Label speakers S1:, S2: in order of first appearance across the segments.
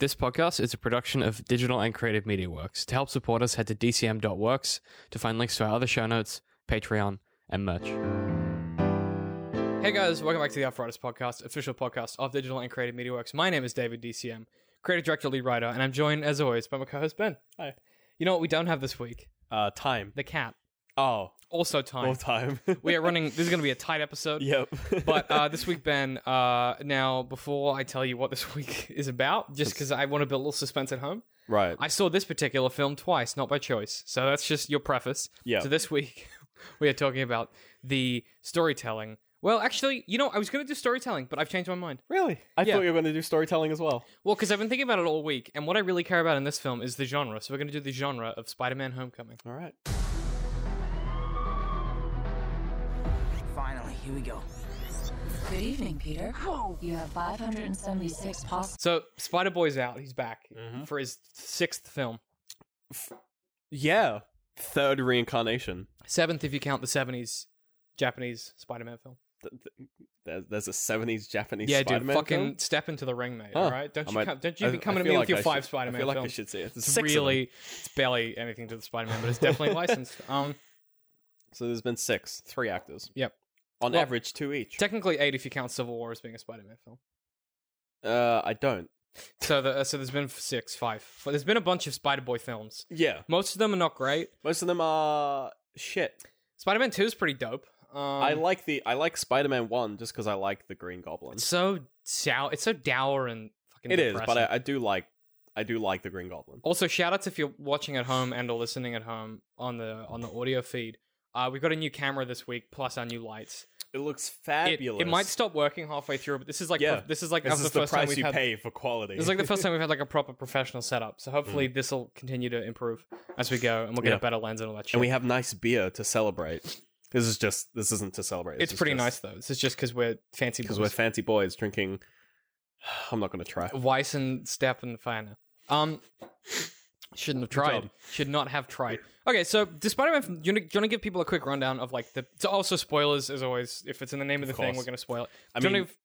S1: This podcast is a production of Digital and Creative Media Works. To help support us, head to dcm.works to find links to our other show notes, Patreon, and merch. Hey guys, welcome back to the Arthritis Podcast, official podcast of Digital and Creative Media Works. My name is David DCM, creative director, lead writer, and I'm joined as always by my co-host Ben.
S2: Hi.
S1: You know what we don't have this week?
S2: Uh, time.
S1: The cat.
S2: Oh,
S1: Also time.
S2: all time.
S1: we are running. This is going to be a tight episode.
S2: yep.
S1: but uh, this week, Ben. Uh, now, before I tell you what this week is about, just because I want to build a little suspense at home,
S2: right.
S1: I saw this particular film twice, not by choice. So that's just your preface.
S2: Yeah.
S1: So this week, we are talking about the storytelling. Well, actually, you know, I was going to do storytelling, but I've changed my mind.
S2: really? I
S1: Yeah.
S2: thought you were going to do storytelling as well.
S1: Well, because I've been thinking about it all week, and what I really care about in this film is the genre. So we're going to do the genre of Spider-Man: Homecoming.
S2: All right.
S3: Finally, here we go.
S4: Good evening, Peter. Whoa! You have 576 possible.
S1: So Spider Boy's out. He's back
S2: Mm-hmm.
S1: for his sixth film.
S2: Yeah. Third reincarnation.
S1: Seventh, if you count the seventies Japanese Spider-Man film.
S2: There's, there's a 70s Japanese
S1: yeah,
S2: Spider-Man
S1: dude, fucking
S2: film?
S1: step into the ring, mate.
S2: Huh.
S1: All right, don't
S2: I
S1: you
S2: might-
S1: come, don't you
S2: I-
S1: be
S2: I
S1: coming at
S2: feel
S1: me
S2: like
S1: with your
S2: I
S1: five
S2: should-
S1: Spider-Man
S2: I feel like I
S1: films.
S2: should see it. There's
S1: It's
S2: six of them.
S1: really, it's barely anything to the Spider-Man, but it's definitely licensed. Um,
S2: So there's been six. Three actors.
S1: yep.
S2: On
S1: Well-
S2: average, two each.
S1: Technically eight if you count Civil War as being a Spider-Man film.
S2: uh, I don't.
S1: So the, uh, so there's been six, five. F- There's been a bunch of Spider-Boy films.
S2: Yeah.
S1: Most of them are not great.
S2: Most of them are shit.
S1: Spider-Man Two is pretty dope. Um,
S2: I like the I like Spider-Man 1 just because I like the Green Goblin.
S1: it's so sour. It's so dour and fucking.
S2: It is, but
S1: depressing.
S2: I, I do like I do like the Green Goblin.
S1: Also, shout outs if you're watching at home and or listening at home on the on the audio feed. Uh, we've got a new camera this week, plus our new lights.
S2: It looks
S1: It,
S2: fabulous.
S1: it might stop working halfway through, but this is like
S2: Yeah.
S1: pro- this is like
S2: This
S1: us
S2: is
S1: the
S2: the,
S1: first time
S2: price
S1: we've
S2: you
S1: had,
S2: pay for quality.
S1: This is like the first time we've had like a proper professional setup. So hopefully this will continue to improve as we go, and we'll get
S2: Mm. Yeah.
S1: a better lens and all that shit.
S2: and we have nice beer to celebrate. This is just this isn't to celebrate.
S1: it's pretty nice though. This is just because we're fancy
S2: because
S1: because
S2: we're fancy boys drinking. I'm not going to try.
S1: Weiss and Step and Feiner. Um, shouldn't have tried.
S2: job.
S1: Should not have tried. Okay, so despite my, do you want to give people a quick rundown of like the? So also spoilers as always. If it's in the name of, the thing,
S2: course.
S1: we're going to spoil it.
S2: I
S1: do you wanna
S2: mean,
S1: give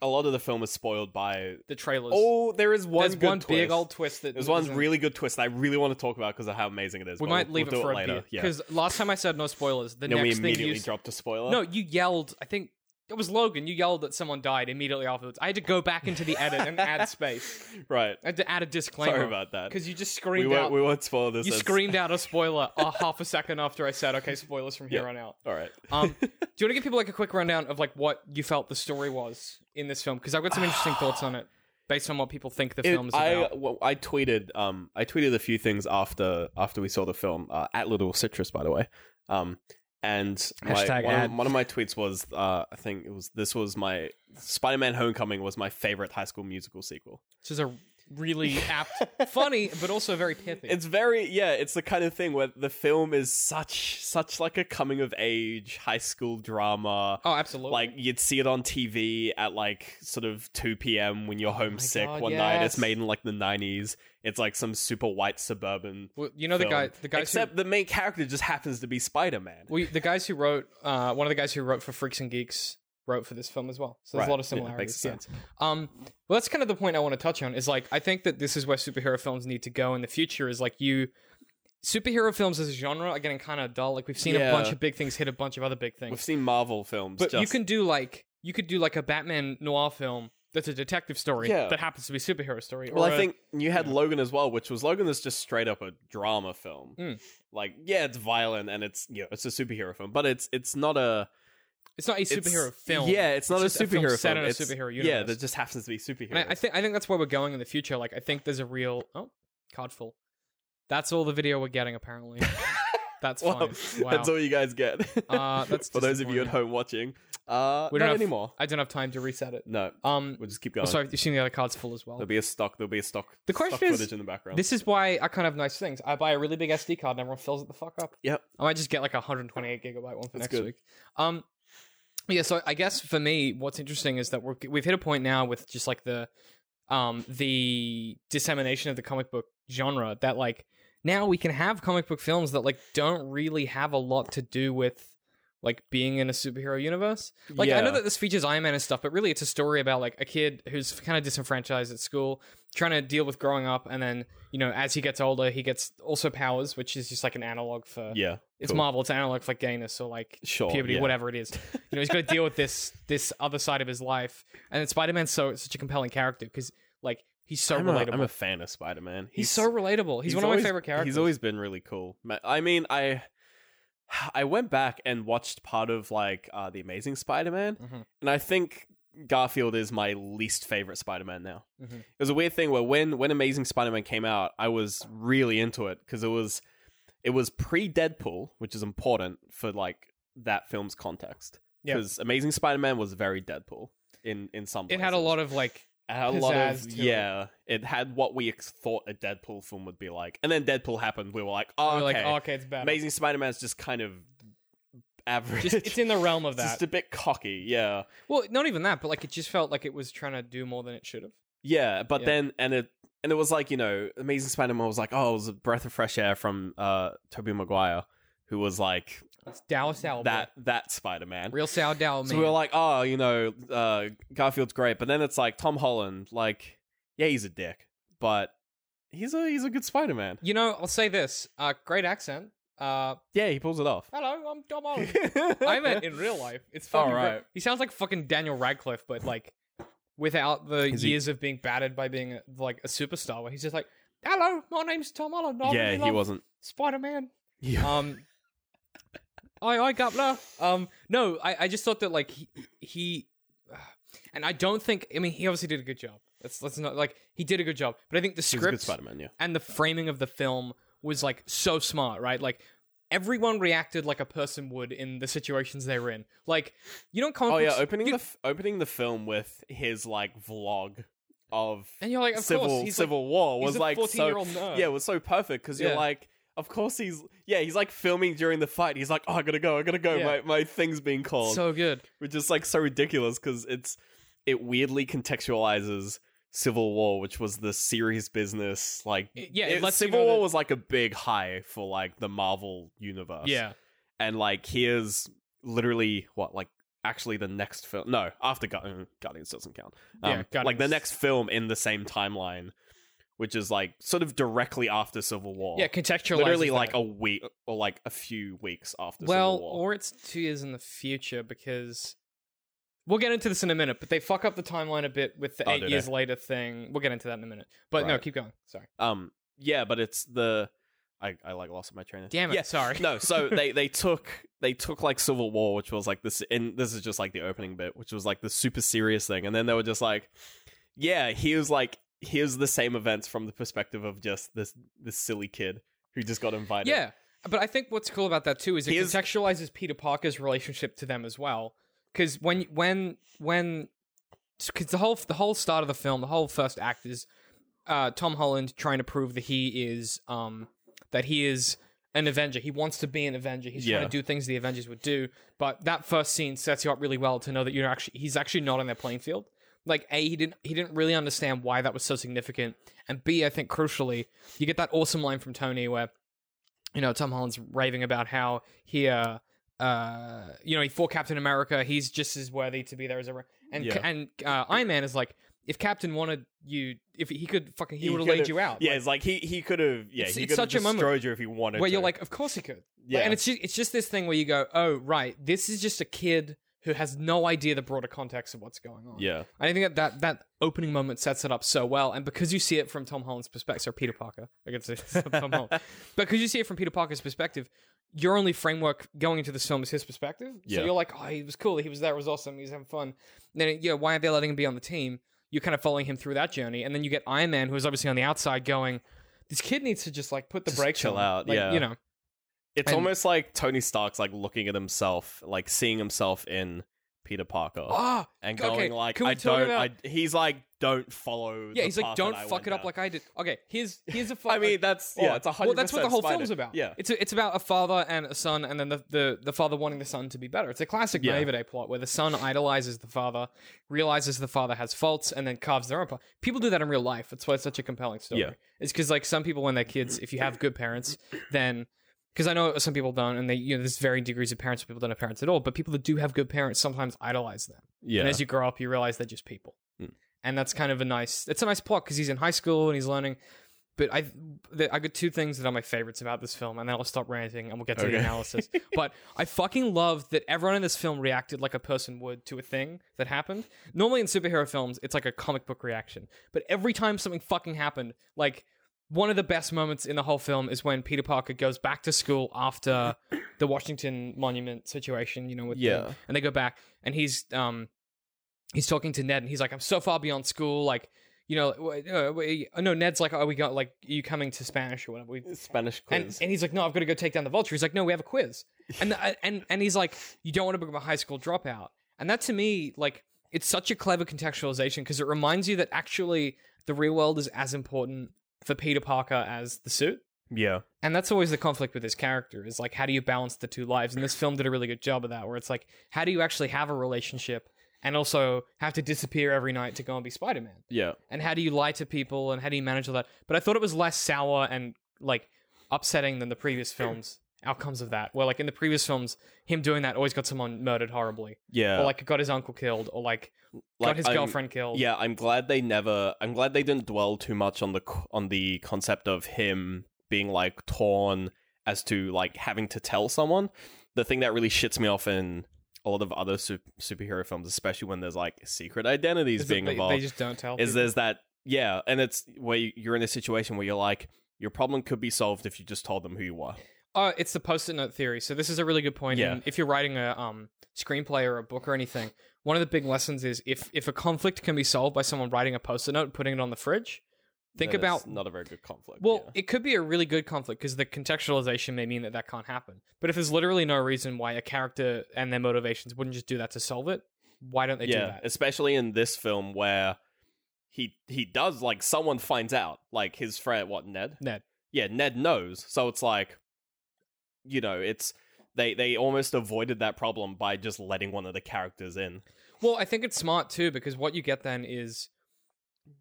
S2: a lot of the film is spoiled by.
S1: the trailers.
S2: Oh, there is one
S1: there's
S2: good
S1: one big
S2: twist.
S1: old twist that
S2: There's one
S1: isn't-
S2: really good twist that I really want to talk about because of how amazing it is.
S1: We
S2: but
S1: might
S2: we'll-
S1: leave
S2: we'll
S1: it
S2: do
S1: for a
S2: later.
S1: bit
S2: yeah.
S1: because last time I said no spoilers. The
S2: then we
S1: next thing you
S2: immediately
S1: s-
S2: dropped a spoiler.
S1: no, you yelled. I think it was Logan. You yelled that someone died immediately afterwards. I had to go back into the edit and add space.
S2: right.
S1: I had to add a disclaimer.
S2: about that.
S1: because you just
S2: We
S1: screamed out.
S2: won't. We won't spoil this.
S1: You
S2: as-
S1: screamed out a spoiler a half a second after I said, "Okay, spoilers from here
S2: Yeah.
S1: on out."
S2: All right.
S1: Um, do you want to give people like a quick rundown of like what you felt the story was in this film? Because I've got some interesting thoughts on it based on what people think the
S2: It-
S1: film's
S2: I uh,
S1: about.
S2: well, I tweeted um I tweeted a few things after after we saw the film uh, at Little Citrus by the way um and my-
S1: Hashtag
S2: one, of,
S1: ad.
S2: one of my tweets was uh I think it was this was my Spider Man Homecoming was my favorite High School Musical sequel.
S1: Which is a really apt, funny, but also very pithy.
S2: It's very yeah it's the kind of thing where the film is such such like a coming of age high school drama.
S1: oh, absolutely.
S2: Like you'd see it on TV at like sort of 2 p.m. when you're homesick
S1: Oh God,
S2: one night.
S1: yes.
S2: It's made in like the 90s. It's like some super white suburban
S1: Well, you know the guy,
S2: film.
S1: the guys
S2: Except
S1: who,
S2: the main character just happens to be Spider Man.
S1: we, the guys who wrote, uh, one of the guys who wrote for Freaks and Geeks wrote for this film as well. So there's a lot of similarities. yeah.
S2: makes sense.
S1: Um, well, that's kind of the point I want to touch on. Is like I think that this is where superhero films need to go in the future. Is like you, superhero films as a genre are getting kind of dull. Like we've seen a
S2: Yeah.
S1: bunch of big things hit a bunch of other big
S2: We've
S1: things,
S2: seen Marvel films,
S1: but you
S2: just-
S1: can do like you could do like a Batman noir film that's a detective story
S2: Yeah.
S1: that happens to be a superhero story.
S2: Well,
S1: or uh,
S2: I
S1: a-
S2: think you had Logan as well, which was Logan is just straight up a drama film.
S1: Mm.
S2: Like, yeah, it's violent and it's you know, it's a superhero film, but it's it's not a
S1: it's not a
S2: it's-
S1: superhero film.
S2: Yeah, it's not
S1: just
S2: a superhero film.
S1: set in a
S2: It's-
S1: superhero
S2: Yeah,
S1: universe.
S2: that just happens to be superhero.
S1: And I, I think I think that's where we're going in the future. Like I think there's a real oh card full. That's all the video we're getting apparently. that's
S2: Well,
S1: fine. Wow.
S2: That's all you guys get.
S1: Uh, that's
S2: for those of you at home watching. Uh,
S1: We
S2: not
S1: don't have-
S2: anymore.
S1: I don't have time to reset it.
S2: No,
S1: Um,
S2: we'll just keep going.
S1: sorry, you've seen the other cards full as well.
S2: There'll be a stock. There'll be a stock.
S1: The
S2: stock
S1: question is-
S2: footage in the background.
S1: This is why I can't have nice things. I buy a really big SD card and everyone fills it the fuck up.
S2: Yep.
S1: I might just get like a 128 gigabyte one for next
S2: good.
S1: week. Um, yeah. So I guess for me, what's interesting is that we're, we've hit a point now with just like the um the dissemination of the comic book genre that like now we can have comic book films that like don't really have a lot to do with like being in a superhero universe. Like I
S2: Yeah.
S1: know that this features Iron Man and stuff, but really it's a story about like a kid who's kind of disenfranchised at school, trying to deal with growing up, and then you know as he gets older, he gets also powers, which is just like an analog for
S2: Yeah,
S1: it's
S2: cool.
S1: Marvel, it's analog for gayness or like
S2: Sure,
S1: puberty,
S2: yeah.
S1: whatever it is. You know, he's got to deal with this this other side of his life, and then Spider Man's so such a compelling character because like he's so
S2: I'm a-
S1: relatable.
S2: I'm a fan of Spider Man.
S1: he's, so relatable. He's, one of
S2: always-
S1: my favorite characters.
S2: He's always been really cool. Ma- I mean, I I went back and watched part of like uh, the Amazing Spider-Man,
S1: Mhm.
S2: and I think Garfield is my least favorite Spider-Man now.
S1: Mhm.
S2: It was a weird thing where when when Amazing Spider-Man came out, I was really into it because it was it was pre-Deadpool, which is important for like that film's context.
S1: Yep.
S2: Because Amazing Spider-Man was very Deadpool in in some.
S1: it had a
S2: places.
S1: lot of like
S2: It had a lot
S1: pizzazz
S2: of
S1: to it.
S2: yeah. It had what we ex- thought a Deadpool film would be like, and then Deadpool happened. We were like,
S1: we
S2: oh,
S1: were like
S2: okay.
S1: oh, okay, it's better.
S2: Amazing Spider-Man's just kind of average.
S1: Just, it's in the realm of
S2: It's
S1: that.
S2: just a bit cocky, yeah,
S1: well, not even that, but like it just felt like it was trying to do more than it should have.
S2: yeah. But
S1: Yeah.
S2: then and it and it was like you know, Amazing Spider-Man was like, oh, it was a breath of fresh air from uh Tobey Maguire, who was like
S1: It's Dow Sour.
S2: that that Spider-Man.
S1: real Sour Dow man.
S2: So we were like, oh, you know, uh, Garfield's great, but then it's like Tom Holland, like, yeah, he's a dick, but he's a he's a good Spider-Man.
S1: you know, I'll say this. Uh, great accent. Uh,
S2: Yeah, he pulls it off.
S1: hello, I'm Tom Holland. I
S2: I
S1: meant in real life. It's
S2: All
S1: fucking great.
S2: right.
S1: He sounds like fucking Daniel Radcliffe, but like without the
S2: Is he-
S1: years of being battered by being like a superstar, where he's just like, "Hello, my name's Tom Holland. I
S2: yeah,
S1: really
S2: he
S1: love
S2: wasn't.
S1: Spider Man."
S2: Yeah.
S1: Um, I I Gabler. Um, no, I I just thought that like he, he and I don't think I mean he obviously did a good job. That's that's not like he did a good job, but I think the
S2: He's a good
S1: script
S2: Spider-Man. Yeah.
S1: and the framing of the film was like so smart, right? Like everyone reacted like a person would in the situations they were in. Like you don't come.
S2: Oh
S1: up
S2: yeah,
S1: with-
S2: opening
S1: you-
S2: the f- opening the film with his like vlog of
S1: and you're like, of
S2: civil
S1: course, he's
S2: civil war
S1: like,
S2: was
S1: he's a
S2: like so
S1: fourteen-year-old nerd.
S2: yeah it was so perfect because
S1: Yeah.
S2: you're like. Of course he's yeah he's like filming during the fight. He's like oh I gotta go I gotta go
S1: Yeah.
S2: my my thing's being called.
S1: so good.
S2: which is like so ridiculous because it's it weirdly contextualizes Civil War, which was the serious business. Like,
S1: It- yeah, it lets you
S2: Civil
S1: know
S2: War
S1: that-
S2: was like a big high for like the Marvel universe.
S1: Yeah,
S2: and like here's literally what like actually the next film. No, after Gu- uh, Guardians doesn't count. Um,
S1: Yeah,
S2: like the
S1: Guardians.
S2: next film in the same timeline, which is like sort of directly after Civil War.
S1: yeah. Contextualized.
S2: literally like a week or like a few weeks after
S1: well,
S2: Civil War.
S1: or it's two years in the future because. We'll get into this in a minute, but they fuck up the timeline a bit with the
S2: Oh,
S1: eight
S2: do
S1: years later thing. We'll get into that in a minute. But no,
S2: Right.
S1: keep going. Sorry.
S2: Um, yeah, but it's the I, I like lost my train. of-
S1: Damn it.
S2: Yeah,
S1: Sorry.
S2: no, so they they took they took like Civil War, which was like this, and this is just like the opening bit, which was like the super serious thing, and then they were just like, yeah, here's like here's the same events from the perspective of just this this silly kid who just got invited.
S1: Yeah, but I think what's cool about that too is it
S2: He is-
S1: contextualizes Peter Parker's relationship to them as well. Because when when when because the whole the whole start of the film, the whole first act is uh, Tom Holland trying to prove that he is um, that he is an Avenger. He wants to be an Avenger. He's
S2: Yeah.
S1: trying to do things the Avengers would do. But that first scene sets you up really well to know that you're actually he's actually not on their playing field. Like a he didn't he didn't really understand why that was so significant, and b I think crucially you get that awesome line from Tony where you know Tom Holland's raving about how he uh uh you know for Captain America he's just as worthy to be there as a and
S2: Yeah.
S1: and uh, Iron Man is like if Captain wanted you if he could fucking he,
S2: He
S1: would have
S2: could've-
S1: laid you out
S2: yeah.
S1: like,
S2: it's like he he could have yeah
S1: It's-
S2: he
S1: it's
S2: could have
S1: such a moment
S2: destroyed you if he wanted.
S1: where
S2: to.
S1: you're like of course he could Like,
S2: yeah,
S1: and it's just, it's just this thing where you go oh right this is just a kid who has no idea the broader context of what's going on
S2: yeah.
S1: I think that, that that opening moment sets it up so well, and because you see it from Tom Holland's perspective, or Peter Parker, I guess it's Tom Holland, because you see it from Peter Parker's perspective, your only framework going into this film is his perspective.
S2: Yeah.
S1: So you're like, oh, he was cool, he was there, it was awesome, he was having fun. And then, you know, why are they letting him be on the team? You're kind of following him through that journey, and then you get Iron Man, who is obviously on the outside, going, this kid needs to just like put the
S2: Just
S1: brakes
S2: chill
S1: on.
S2: out,
S1: like,
S2: yeah.
S1: You know,
S2: It's
S1: And-
S2: almost like Tony Stark's like looking at himself, like seeing himself in Peter Parker,
S1: ah,
S2: and
S1: okay,
S2: going like,
S1: can we
S2: "I
S1: talk
S2: don't."
S1: about-
S2: I, he's like, "Don't follow."
S1: yeah,
S2: the
S1: he's like,
S2: path that
S1: don't
S2: I
S1: fuck
S2: went
S1: it up
S2: down."
S1: like I did. Okay, here's here's a fu-
S2: I mean, that's yeah,
S1: Oh,
S2: it's a hundred.
S1: Well, that's what the
S2: percent
S1: whole
S2: Spider-
S1: film's about.
S2: Yeah,
S1: it's it's about a father and a son, and then the the, the father wanting the son to be better. It's a classic
S2: Yeah.
S1: naivete plot where the son idolizes the father, realizes the father has faults, and then carves their own path. People do that in real life. That's why it's such a compelling story.
S2: Yeah.
S1: It's because like some people, when they're kids, if you have good parents, then because I know some people don't, and they you know there's varying degrees of parents. Some people don't have parents at all, but people that do have good parents sometimes idolize them.
S2: Yeah.
S1: And as you grow up, you realize they're just people,
S2: Mm.
S1: and that's kind of a nice. It's a nice plot because he's in high school and he's learning. But I, the, I got two things that are my favorites about this film, and then I'll stop ranting and we'll get to the
S2: Okay.
S1: analysis. but I fucking love that everyone in this film reacted like a person would to a thing that happened. Normally in superhero films, it's like a comic book reaction, but every time something fucking happened, like one of the best moments in the whole film is when Peter Parker goes back to school after the Washington Monument situation, you know, with the-
S2: Yeah.
S1: and they go back and he's um he's talking to Ned and he's like, I'm so far beyond school, like you know, w- uh, we- uh, no, Ned's like, oh, we got like you coming to Spanish or whatever. We,
S2: Spanish
S1: and,
S2: quiz.
S1: and he's like, no, I've got to go take down the vulture. He's like, no, we have a quiz. And the, uh, and and he's like, you don't want to become a high school dropout. And that to me, like, it's such a clever contextualization because it reminds you that actually the real world is as important for Peter Parker as the suit.
S2: yeah.
S1: And that's always the conflict with his character is like, how do you balance the two lives? And this film did a really good job of that, where it's like, how do you actually have a relationship and also have to disappear every night to go and be Spider Man?
S2: Yeah.
S1: and how do you lie to people and how do you manage all that but i thought it was less sour and like upsetting than the previous films outcomes of that where like in the previous films him doing that always got someone murdered horribly
S2: Yeah.
S1: or like got his uncle killed or like, got
S2: Like,
S1: his
S2: I'm-
S1: girlfriend killed
S2: Yeah, I'm glad they never. I'm glad they didn't dwell too much on the c- on the concept of him being like torn as to like having to tell someone. The thing that really shits me off in a lot of other su- superhero films, especially when there's like secret identities
S1: Is that
S2: being
S1: they,
S2: involved,
S1: they just don't tell
S2: is
S1: people.
S2: there's that yeah, and it's where you- you're in a situation where you're like your problem could be solved if you just told them who you are.
S1: Uh, it's the post-it note theory. So this is a really good point.
S2: Yeah.
S1: And if you're writing a um, screenplay or a book or anything, one of the big lessons is if if a conflict can be solved by someone writing a post-it note, and putting it on the fridge, think
S2: Then it's
S1: about
S2: not a very good conflict.
S1: Well,
S2: yeah.
S1: it could be a really good conflict because the contextualization may mean that that can't happen. But if there's literally no reason why a character and their motivations wouldn't just do that to solve it, why don't they
S2: yeah,
S1: do that?
S2: especially in this film where he he does like someone finds out like his friend what Ned
S1: Ned.
S2: yeah Ned knows so it's like you know it's they they almost avoided that problem by just letting one of the characters in
S1: Well, I think it's smart too because what you get then is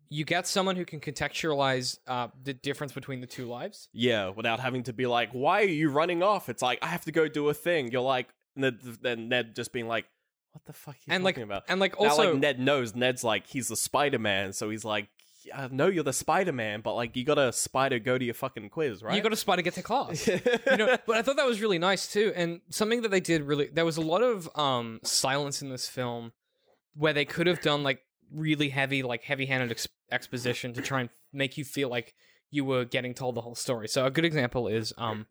S1: you get someone who can contextualize uh, the difference between the two lives.
S2: yeah without having to be like why are you running off it's like I have to go do a thing you're like Ned, then Ned just being like what the fuck are you
S1: And, like,
S2: talking about
S1: And like
S2: now
S1: also
S2: like Ned knows Ned's like he's the Spider Man so he's like I know you're the Spider Man but like you got to spider go to your fucking quiz right
S1: you got a spider get to class. you know, but I thought that was really nice too. And something that they did really, there was a lot of um, silence in this film where they could have done like really heavy, like heavy handed ex- exposition to try and make you feel like you were getting told the whole story. So a good example is um,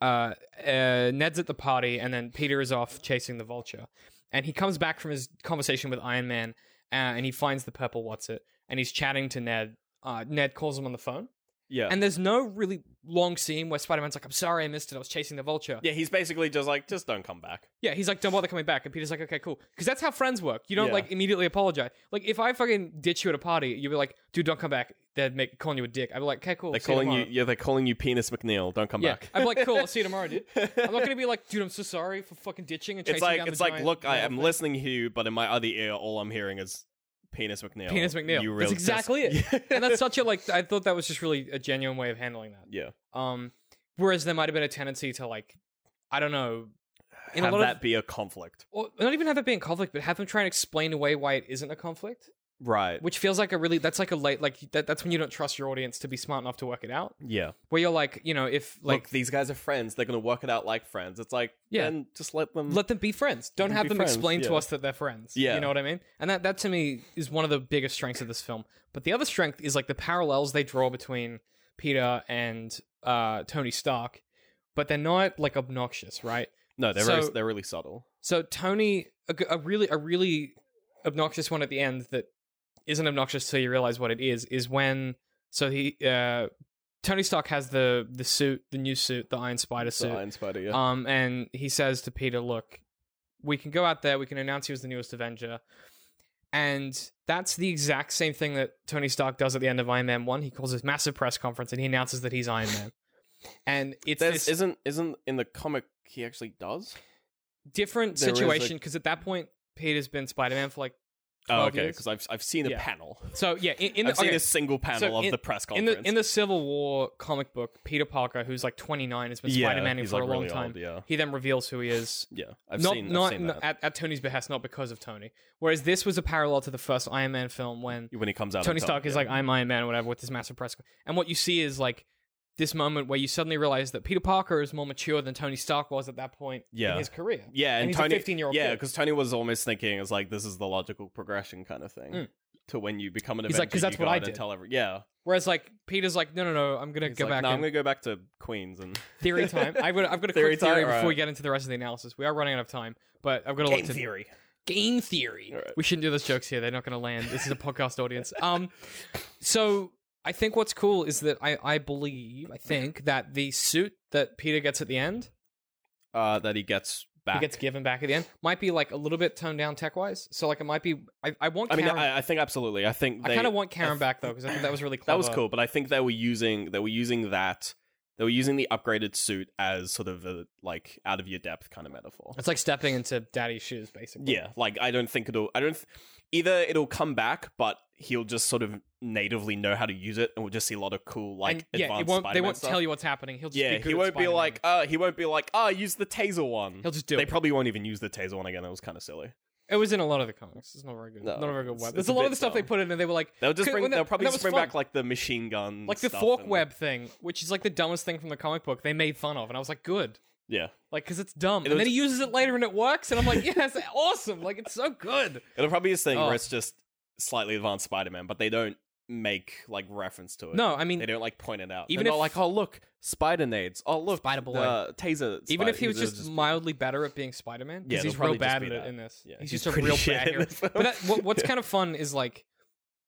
S1: uh, uh, Ned's at the party and then Peter is off chasing the vulture. And he comes back from his conversation with Iron Man uh, and he finds the purple what's it and he's chatting to Ned. Uh, Ned calls him on the phone.
S2: yeah
S1: And there's no really long scene where Spider Man's like, I'm sorry I missed it. I was chasing the vulture.
S2: Yeah, he's basically just like, just don't come back.
S1: Yeah, he's like, don't bother coming back. And Peter's like, okay, cool. Because that's how friends work. You don't
S2: Yeah.
S1: like immediately apologize. Like, if I fucking ditch you at a party, you'd be like, dude, don't come back. They'd make calling you a dick. I'd be like, okay, cool.
S2: They're
S1: see you
S2: calling you,
S1: tomorrow."
S2: yeah, they're calling you Penis McNeil. Don't come
S1: Yeah.
S2: back.
S1: I'd be like, cool. I'll see you tomorrow, dude. I'm not gonna be like, dude, I'm so sorry for fucking ditching and chasing
S2: it's like,
S1: down
S2: it's
S1: the
S2: like,
S1: giant
S2: look, I
S1: male
S2: am
S1: thing."
S2: listening to you, but in my other ear, all I'm hearing is Penis McNeil.
S1: Penis McNeil.
S2: You
S1: That's
S2: really
S1: exactly
S2: just- it.
S1: and that's such a like. I thought that was just really a genuine way of handling that.
S2: yeah.
S1: Um, whereas there might have been a tendency to like, I don't know, in
S2: have
S1: a lot
S2: that
S1: of
S2: be a conflict,
S1: or not even have it be in conflict, but have them try and explain away why it isn't a conflict,
S2: right?
S1: which feels like a really that's like a late like that, that's when you don't trust your audience to be smart enough to work it out.
S2: Yeah.
S1: Where you're like, you know, if
S2: Like
S1: like
S2: these guys are friends. They're gonna work it out like friends. It's like,
S1: Yeah.
S2: yeah, then just let them.
S1: let them be friends, don't
S2: them
S1: have
S2: be
S1: them
S2: friends,
S1: explain to
S2: yeah.
S1: us that they're friends.
S2: Yeah.
S1: you know what I mean. And that that to me is one of the biggest strengths of this film. But the other strength is like the parallels they draw between Peter and uh, Tony Stark, but they're not like obnoxious, right?
S2: no, they're
S1: so-
S2: very, they're really subtle.
S1: So Tony, a, g- a really a really obnoxious one at the end that isn't obnoxious till you realize what it is is when so he uh, Tony Stark has the the suit, the new suit, the Iron Spider
S2: So
S1: suit,
S2: Iron Spider, yeah.
S1: um, and he says to Peter, "Look, we can go out there. We can announce he was the newest Avenger." And that's the exact same thing that Tony Stark does at the end of Iron Man One. He calls his massive press conference and he announces that he's Iron Man. And it's
S2: There's-
S1: this
S2: isn't isn't in the comic he actually does.
S1: different
S2: there is, like-
S1: situation because at that point Peter's been Spider Man for like
S2: Oh,
S1: 12
S2: okay,
S1: years.
S2: because I've I've seen a
S1: Yeah.
S2: panel.
S1: So yeah, in, in the,
S2: I've seen
S1: okay,
S2: a single panel
S1: so
S2: of
S1: in-
S2: the press
S1: in
S2: conference.
S1: the in the Civil War comic book, Peter Parker, who's like 29, has been
S2: Yeah,
S1: Spider-Man
S2: he's,
S1: for
S2: like,
S1: a long
S2: really
S1: time.
S2: old, yeah.
S1: He then reveals who he is.
S2: yeah, I've
S1: not
S2: seen, I've
S1: not
S2: seen
S1: not
S2: that.
S1: at, at Tony's behest, not because of Tony. Whereas this was a parallel to the first Iron Man film when
S2: when he comes out. of
S1: Tony
S2: the
S1: Stark
S2: tunnel,
S1: is
S2: yeah.
S1: like, I'm Iron Man or whatever with this massive press. con- And what you see is like this moment where you suddenly realize that Peter Parker is more mature than Tony Stark was at that point
S2: Yeah.
S1: in his career.
S2: yeah, and,
S1: he's
S2: Tony,
S1: a 15 year old
S2: yeah,
S1: kid.
S2: because Tony was almost thinking it's like this is the logical progression kind of thing
S1: Mm.
S2: to when you become an
S1: He's
S2: Avenger.
S1: like, 'cause that's
S2: you go
S1: what I
S2: out and
S1: did.
S2: Tell every- yeah,
S1: Whereas like Peter's like, no, no, no, I'm gonna
S2: He's
S1: go
S2: like,
S1: back.
S2: No, I'm
S1: and-
S2: gonna go back to Queens and
S1: Theory time. I've got, I've got a
S2: Theory
S1: quick theory
S2: time,
S1: before we
S2: alright.
S1: get into the rest of the analysis. We are running out of time, but I've got a lot to game theory.
S2: Alright.
S1: We shouldn't do those jokes here. They're not going to land. This is a podcast audience. Um, so I think what's cool is that I, I believe, I think that the suit that Peter gets at the end,
S2: Uh, that he gets back.
S1: he gets given back at the end, might be like a little bit toned down tech wise. So like it might be. I, I want.
S2: I mean,
S1: Karen, I,
S2: I, I think absolutely. I think they,
S1: kind of want Karen back though because I think that was really
S2: that
S1: clever.
S2: was cool, but I think they were using they were using that they were using the upgraded suit as sort of a like out of your depth kind of metaphor.
S1: It's like stepping into daddy's shoes, basically.
S2: Yeah, like I don't think it'll. I don't. Th- either it'll come back, but he'll just sort of natively know how to use it, and we'll just see a lot of cool like
S1: and, yeah. It
S2: advanced
S1: won't, they
S2: Spider-Man
S1: won't
S2: stuff.
S1: tell you what's happening. He'll just
S2: Yeah,
S1: be good
S2: he
S1: at
S2: won't be
S1: Spider-Man.
S2: like, uh, he won't be like, ah, use the taser one.
S1: He'll just do
S2: they
S1: it.
S2: probably won't even use the taser one again. That was kind of silly.
S1: It was in a lot of the comics. It's not very good.
S2: No,
S1: not a very good
S2: it's-
S1: web.
S2: it's
S1: There's
S2: a
S1: a lot
S2: bit
S1: of the stuff they
S2: dumb.
S1: put in, and they were like,
S2: They'll just
S1: Could-
S2: bring.
S1: when that-
S2: they'll probably
S1: and that
S2: just
S1: was
S2: bring
S1: fun.
S2: back like the machine gun,
S1: like the
S2: stuff
S1: fork
S2: and-
S1: web thing, which is like the dumbest thing from the comic book. They made fun of, and I was like, good,
S2: Yeah,
S1: like because it's dumb. and
S2: was-
S1: then he uses it later, and it works, and I'm like, yeah, that's awesome. Like it's so good.
S2: it'll probably be this thing
S1: Oh.
S2: where it's just slightly advanced Spider-Man, but they don't make like reference to it.
S1: No, I mean,
S2: they don't like point it out.
S1: even
S2: They're
S1: if-
S2: not like, oh look, spider nades. Oh look,
S1: Spider boy.
S2: the taser.
S1: even
S2: spider-
S1: if he was
S2: they'll
S1: just, mildly better at being Spider-Man, because
S2: Yeah, they'll
S1: he's real
S2: probably just
S1: bad
S2: be
S1: at it
S2: that.
S1: in this.
S2: Yeah,
S1: he's,
S2: he's
S1: just a
S2: pretty
S1: real
S2: shit
S1: bad
S2: in
S1: hero.
S2: the film.
S1: But that, what, what's kind of fun is like.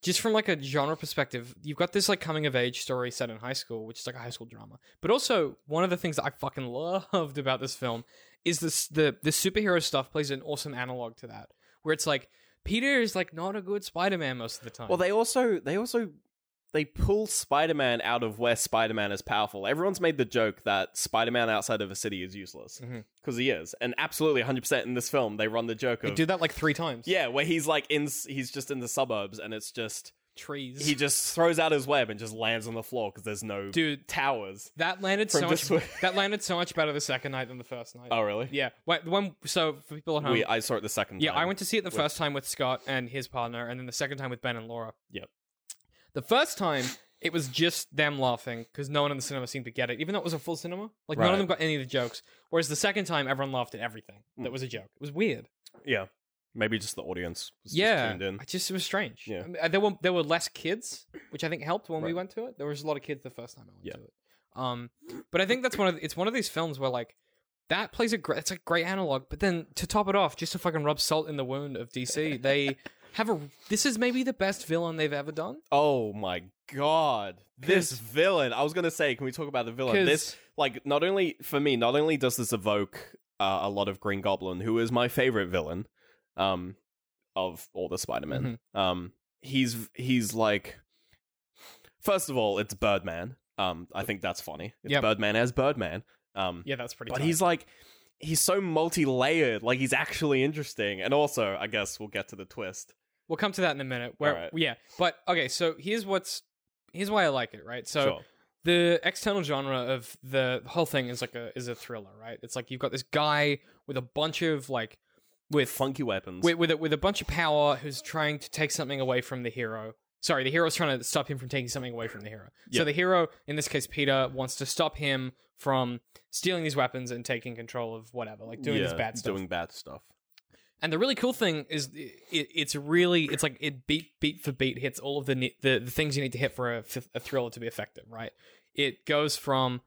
S1: Just from like a genre perspective, you've got this like coming of age story set in high school, which is like a high school drama. But also, one of the things that I fucking loved about this film is this the the superhero stuff plays an awesome analog to that, where it's like Peter is like not a good Spider-Man most of the time.
S2: Well, they also they also they pull Spider-Man out of where Spider-Man is powerful. Everyone's made the joke that Spider-Man outside of a city is useless
S1: Mhm.
S2: because he is, and absolutely 100 percent in this film they run the joke
S1: They
S2: of
S1: do that like three times.
S2: yeah, where he's like in s- he's just in the suburbs and it's just
S1: trees.
S2: he just throws out his web and just lands on the floor because there's no
S1: Dude.
S2: towers.
S1: that landed so
S2: From
S1: much.
S2: just where-
S1: that landed so much better the second night than the first night.
S2: Oh really?
S1: Yeah. Wait, the one. So for people at home,
S2: We, I saw it the second
S1: yeah,
S2: time.
S1: I went to see it the
S2: with-
S1: first time with Scott and his partner, and then the second time with Ben and Laura.
S2: Yep.
S1: The first time it was just them laughing because no one in the cinema seemed to get it, even though it was a full cinema. Like none of
S2: Right.
S1: them got any of the jokes. Whereas the second time, everyone laughed at everything
S2: Hmm.
S1: that was a joke. It was weird.
S2: Yeah, maybe just the audience. Was
S1: yeah,
S2: just tuned in.
S1: I just it was strange.
S2: Yeah.
S1: I mean, uh, there were there were less kids, which I think helped when we
S2: Right.
S1: went to it. There was a lot of kids the first time I went
S2: Yeah.
S1: to it. Um, but I think that's one of the- it's one of these films where like that plays a great it's a great analog. But then to top it off, just to fucking rub salt in the wound of DC, they have a this is maybe the best villain they've ever done.
S2: Oh my god. This
S1: 'Cause-
S2: villain. I was going to say, can we talk about the villain?
S1: 'Cause-
S2: This like not only for me, not only does this evoke uh, a lot of Green Goblin, who is my favorite villain um of all the Spider-Man.
S1: Mm-hmm.
S2: Um he's he's like First of all, it's Birdman. Um I think that's funny. It's
S1: Yep.
S2: Birdman as Birdman. Um
S1: Yeah, that's pretty.
S2: but
S1: tight.
S2: he's like he's so multi-layered, like he's actually interesting. And also, I guess we'll get to the twist.
S1: we'll come to that in a minute. Where
S2: Alright.
S1: yeah, but okay. So here's what's here's why I like it. Right. So
S2: Sure.
S1: the external genre of the whole thing is like a is a thriller, right? It's like you've got this guy with a bunch of like with
S2: funky weapons.
S1: with with a, with a bunch of power who's trying to take something away from the hero. Sorry, the hero's trying to stop him from taking something away from the hero. So
S2: Yeah.
S1: the hero, in this case Peter, wants to stop him from stealing these weapons and taking control of whatever, like doing this
S2: Yeah,
S1: bad stuff.
S2: Doing bad stuff.
S1: And the really cool thing is, it, it's really it's like it beat beat for beat hits all of the ne- the, the things you need to hit for a, f- a thriller to be effective, right? It goes from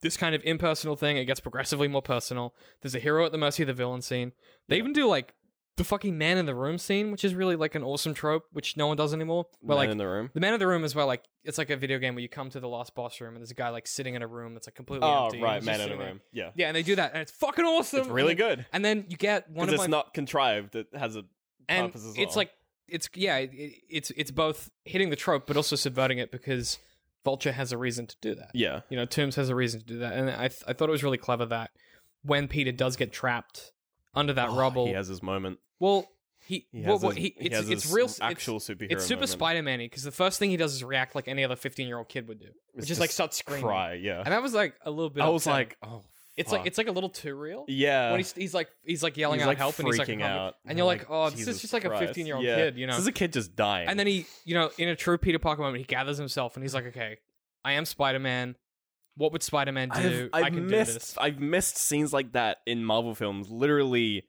S1: this kind of impersonal thing; it gets progressively more personal. There's a hero at the mercy of the villain scene. They even do like the fucking man in the room scene, which is really like an awesome trope, which no one does anymore. Where
S2: Man
S1: like
S2: in the room.
S1: the man in the room is where like it's like a video game where you come to the last boss room and there's a guy like sitting in a room that's like completely
S2: Oh
S1: empty. and
S2: right,
S1: he's
S2: man
S1: just
S2: in the
S1: sitting there.
S2: room. Yeah,
S1: Yeah, and they do that, and it's fucking awesome.
S2: it's really
S1: And-
S2: good
S1: And then you get one
S2: because
S1: of
S2: it's
S1: my
S2: not contrived. It has a
S1: and
S2: purpose as
S1: it's
S2: well.
S1: like it's yeah it, it- it's it's both hitting the trope but also subverting it because vulture has a reason to do that
S2: yeah,
S1: you know tombs has a reason to do that and i th- i thought it was really clever that when peter does get trapped under that
S2: Oh,
S1: rubble
S2: He has his moment.
S1: well He,
S2: He
S1: well,
S2: has
S1: well,
S2: his-
S1: he,
S2: he
S1: it's,
S2: has
S1: it's
S2: his
S1: real.
S2: actual
S1: it's,
S2: superhero
S1: It's super
S2: moment.
S1: Spider Man because the first thing he does is react like any other 15 year old kid would do, which is like
S2: just
S1: start screaming.
S2: Cry, yeah.
S1: And I was like a little bit.
S2: I was
S1: upset.
S2: like, oh,
S1: it's
S2: fuck.
S1: like it's like a little too real.
S2: yeah.
S1: when he's, he's like he's like yelling
S2: Uh, He's,
S1: out
S2: like,
S1: help and he's like
S2: freaking
S1: "Help me."
S2: out.
S1: and you're like, oh, this
S2: Jesus
S1: is just like
S2: Christ.
S1: a 15 year old
S2: Yeah.
S1: kid, you know.
S2: This is a kid just dying.
S1: And then he, you know, in a true Peter Parker moment, he gathers himself and he's like, okay, I am Spider Man. What would Spider Man do?
S2: I've, I've
S1: I can
S2: missed,
S1: do this.
S2: I've missed scenes like that in Marvel films literally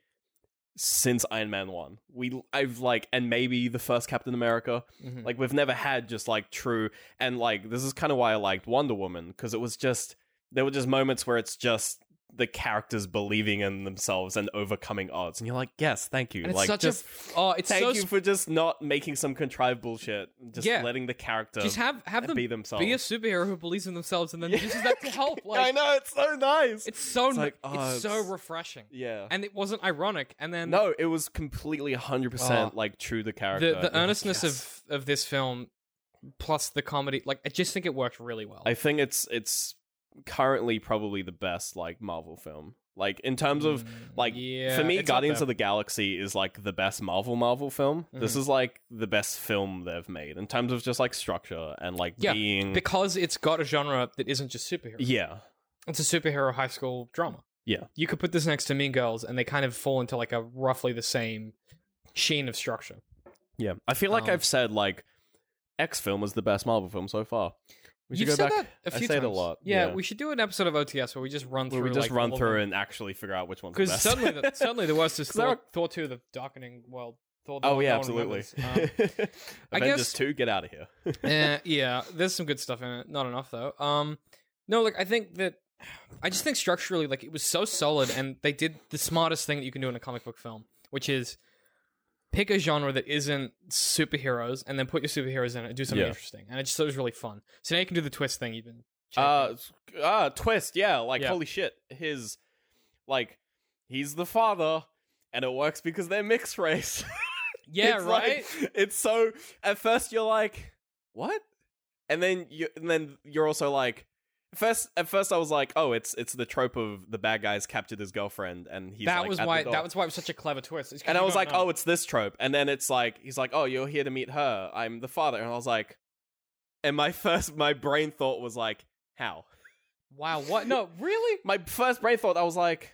S2: since Iron Man 1. We I've like and maybe the first Captain America.
S1: Mhm.
S2: Like we've never had just like true and like this is kind of why I liked Wonder Woman because it was just there were just moments where it's just the characters believing in themselves and overcoming odds and you're like, "Yes, thank you."
S1: and it's
S2: like
S1: such
S2: just
S1: a oh, it's
S2: thank
S1: so
S2: you
S1: sp-
S2: for just not making some contrived bullshit, just
S1: Yeah.
S2: letting the character
S1: just have have them
S2: be
S1: be,
S2: themselves.
S1: a superhero who believes in themselves and then uses that to help. Like
S2: I know it's so nice.
S1: it's so it's,
S2: It's like, oh,
S1: it's so
S2: it's-
S1: refreshing,
S2: yeah.
S1: and it wasn't ironic. And then
S2: No, it was completely 100%
S1: Oh.
S2: like true the
S1: the
S2: character.
S1: the
S2: You're like,
S1: earnestness
S2: "Yes."
S1: of of this film, plus the comedy, like I just think it worked really well.
S2: I think it's it's currently probably the best like Marvel film. Like in terms of like
S1: Mm, yeah,
S2: for me
S1: it's up
S2: Guardians
S1: there.
S2: of the Galaxy is like the best Marvel Marvel film. This
S1: Mhm.
S2: is like the best film they've made in terms of just like structure and like
S1: Yeah,
S2: being
S1: because it's got a genre that isn't just superhero.
S2: Yeah.
S1: It's a superhero high school drama.
S2: Yeah.
S1: You could put this next to Mean Girls, and they kind of fall into like a roughly the same sheen of structure.
S2: Yeah. I feel like
S1: Um,
S2: I've said like X film is the best Marvel film so far. We should
S1: You've
S2: go
S1: said
S2: back
S1: that a
S2: I
S1: few
S2: say it
S1: times.
S2: a lot,
S1: Yeah,
S2: yeah.
S1: we should do an episode of OTS where we just run
S2: where
S1: through.
S2: we just
S1: like,
S2: run through and actually figure out which one's the
S1: because
S2: best.
S1: suddenly, the, suddenly the worst is
S2: 'Cause there
S1: Thor,
S2: are-
S1: Thor two, the darkening world. Thor, the
S2: Oh
S1: one
S2: yeah,
S1: no one
S2: absolutely.
S1: remembers. Um, I
S2: Avengers
S1: guess-
S2: two, get out of here.
S1: eh, yeah, there's some good stuff in it. Not enough though. Um, no, like I think that I just think structurally, like it was so solid, and they did the smartest thing that you can do in a comic book film, which is pick a genre that isn't superheroes, and then put your superheroes in it and do something
S2: Yeah.
S1: interesting. And I just thought it was really fun. So now you can do the twist thing you've been. checking.
S2: Uh, ah, twist. Yeah, like
S1: Yeah.
S2: holy shit. His, like, he's the father, and it works because they're mixed race.
S1: yeah,
S2: It's like-
S1: right.
S2: it's so. At first, you're like, what? And then you, and then you're also like, first. At first, I was like, oh, it's it's the trope of the bad guys captured his girlfriend, and he's
S1: that
S2: like,
S1: was
S2: at the
S1: why.
S2: door.
S1: That was why it was such a clever twist. It's 'cause
S2: And I
S1: you
S2: was
S1: don't
S2: like,
S1: know.
S2: oh, it's this trope. And then it's like, he's like, oh, you're here to meet her. I'm the father. And I was like, and my first, my brain thought was like, how?
S1: wow, what? Uh, No, really?
S2: My first brain thought, I was like,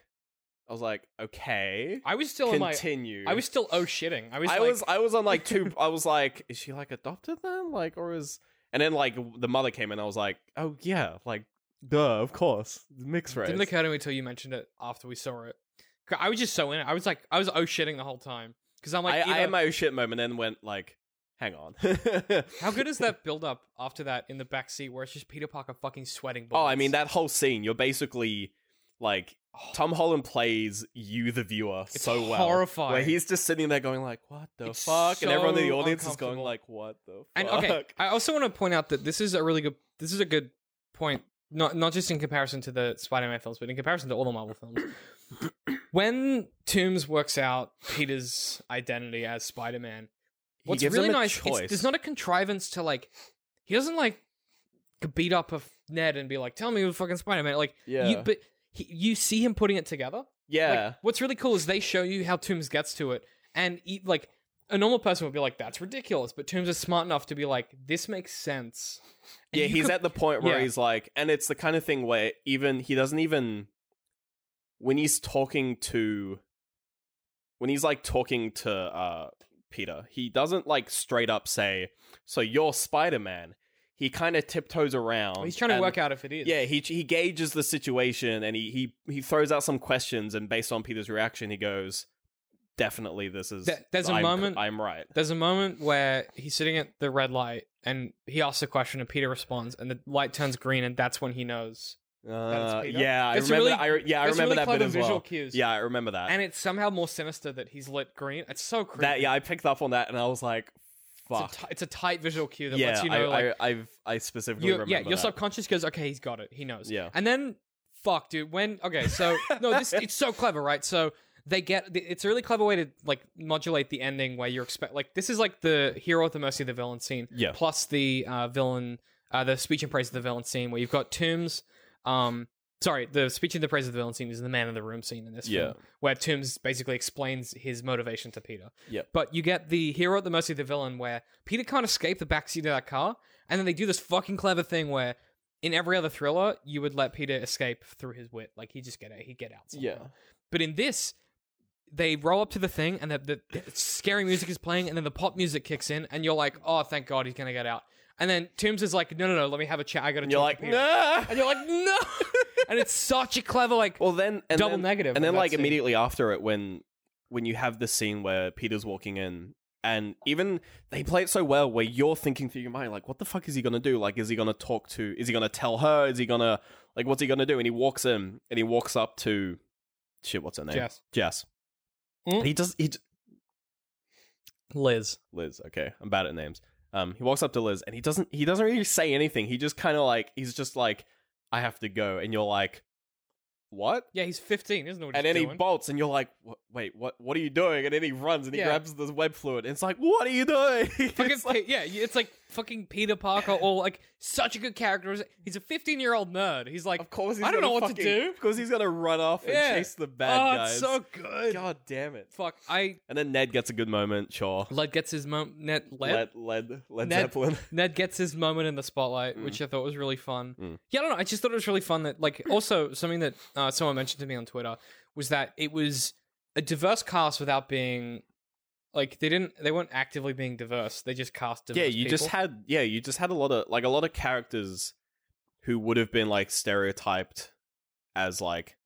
S2: I was like, okay,
S1: I was still in my.
S2: continue.
S1: I was still oh shitting. I was.
S2: I
S1: like,
S2: was, I was on like two. I was like, is she like adopted then? Like, or is? And then like the mother came in. I was like, oh yeah, like, duh, of course, mixed race.
S1: Didn't occur to me until you mentioned it after we saw it. 'Cause I was just so in it. I was like, I was oh shitting the whole time because I'm like,
S2: I, I
S1: either-
S2: had my oh shit moment and went like, hang on.
S1: how good is that build up after that in the back seat where it's just Peter Parker fucking sweating.
S2: Oh,
S1: Bullets.
S2: I mean that whole scene. You're basically like Tom Holland plays you, the viewer,
S1: Oh. It's
S2: so well.
S1: horrifying.
S2: Where he's just sitting there going like, "What the
S1: It's
S2: fuck?" and everyone in the
S1: so
S2: audience is going
S1: uncomfortable.
S2: like, "What the
S1: And
S2: fuck?"
S1: okay, I also want to point out that this is a really good. This is a good point. Not not just in comparison to the Spider-Man films, but in comparison to all the Marvel films. when Toombs works out Peter's identity as Spider-Man,
S2: He
S1: what's
S2: gives
S1: really
S2: him a
S1: nice it's-
S2: choice.
S1: there's not a contrivance to like he doesn't like beat up a f- ned and be like tell me who fucking spider-man like
S2: yeah,
S1: you but he, you see him putting it together Like,
S2: yeah,
S1: what's really cool is they show you how toombs gets to it and he, like a normal person would be like that's ridiculous but toombs is smart enough to be like this makes sense And
S2: yeah.
S1: you
S2: He's
S1: could-
S2: at the point where
S1: yeah.
S2: he's like, and it's the kind of thing where even he doesn't even when he's talking to when he's like talking to uh Peter, he doesn't like straight up say, "So you're Spider Man." He kind of tiptoes around.
S1: he's trying to
S2: Um, and-
S1: work out if it is
S2: Yeah, he he gauges the situation and he he he throws out some questions and based on Peter's reaction, he goes, "Definitely, this is."
S1: Th- there's a
S2: I'm-
S1: moment-
S2: I'm right.
S1: There's a moment where he's sitting at the red light and he asks a question and Peter responds and the light turns green and that's when he knows.
S2: Uh,
S1: Peter.
S2: yeah, I
S1: That's
S2: remember.
S1: really-
S2: that- I re- yeah, I
S1: that's really
S2: remember that bit
S1: clever
S2: as
S1: visual
S2: well.
S1: cues.
S2: Yeah, I remember that.
S1: And it's somehow more sinister that he's lit green. It's so creepy.
S2: that yeah, I picked up on that and I was like, "Fuck."
S1: it's, a ti- it's a tight visual cue that
S2: yeah,
S1: lets you know
S2: I,
S1: like
S2: I, I've I specifically
S1: you-
S2: remember.
S1: yeah, your
S2: that.
S1: subconscious goes, okay, he's got it. He knows.
S2: Yeah.
S1: And then, fuck, dude. When okay, so no, this it's so clever, right? So they get it's a really clever way to like modulate the ending where you're expect like this is like the hero at the mercy of the villain scene.
S2: Yeah.
S1: Plus the uh, villain, uh, the speech and praise of the villain scene where you've got Tombs, um, Sorry, the speech in the praise of the villain scene is the man in the room scene in this
S2: Yeah.
S1: film, where Toombs basically explains his motivation to Peter.
S2: Yep.
S1: But you get the hero at the mercy of the villain, where Peter can't escape the backseat of that car, and then they do this fucking clever thing where, in every other thriller, you would let Peter escape through his wit, like he just get out, he'd get out. somehow.
S2: Yeah.
S1: But in this, they roll up to the thing and the, the scary music is playing and then the pop music kicks in and you're like, oh, thank God he's going to get out. And then Toombs is like, no, no, no, let me have a chat. I got to
S2: And you're like, nah.
S1: And you're like, no. and it's such a clever, like,
S2: Well, then and
S1: Double
S2: then-
S1: negative
S2: and then
S1: of that
S2: like
S1: scene.
S2: immediately after it, when when you have the scene where Peter's walking in, and even they play it so well, where you're thinking through your mind, like, what the fuck is he gonna do? Like, is he gonna talk to? Is he gonna tell her? Is he gonna like, what's he gonna do? And he walks in, and he walks up to, shit, what's her name?
S1: Jess.
S2: Jess.
S1: Mm.
S2: He does. He d-
S1: Liz.
S2: Liz. Okay, I'm bad at names. Um, he walks up to Liz, and he doesn't. He doesn't really say anything. He just kind of like he's just like, I have to go, and you're like, what?
S1: Yeah, he's 15. He doesn't know what
S2: and
S1: he's
S2: then he
S1: doing.
S2: bolts, and you're like, "Wha- "Wait, what? What are you doing?" And then he runs, and he
S1: Yeah.
S2: grabs the web fluid. And it's like, "What are you doing?"
S1: Fucking
S2: It's like-
S1: Pe- yeah, it's like fucking Peter Parker or like such a good character. He's a 15 year old nerd. He's like,
S2: of course, he's
S1: I don't
S2: gonna
S1: know what to
S2: fucking-
S1: do.
S2: Of course, he's gonna run off and
S1: Yeah.
S2: chase the bad
S1: oh,
S2: guys.
S1: it's so good.
S2: God damn it!
S1: Fuck. I.
S2: And then Ned gets a good moment. Sure,
S1: Led gets his mom. Net. Led?
S2: Led Led, Led
S1: Ned-
S2: Zeppelin.
S1: Ned gets his moment in the spotlight,
S2: Mm.
S1: which I thought was really fun. Yeah, I don't know. I just thought it was really fun that, like, also something that uh, someone mentioned to me on Twitter was that it was a diverse cast without being like they didn't they weren't actively being diverse. They just cast diverse.
S2: yeah, you just
S1: people.
S2: had yeah, you just had a lot of like a lot of characters who would have been like stereotyped as like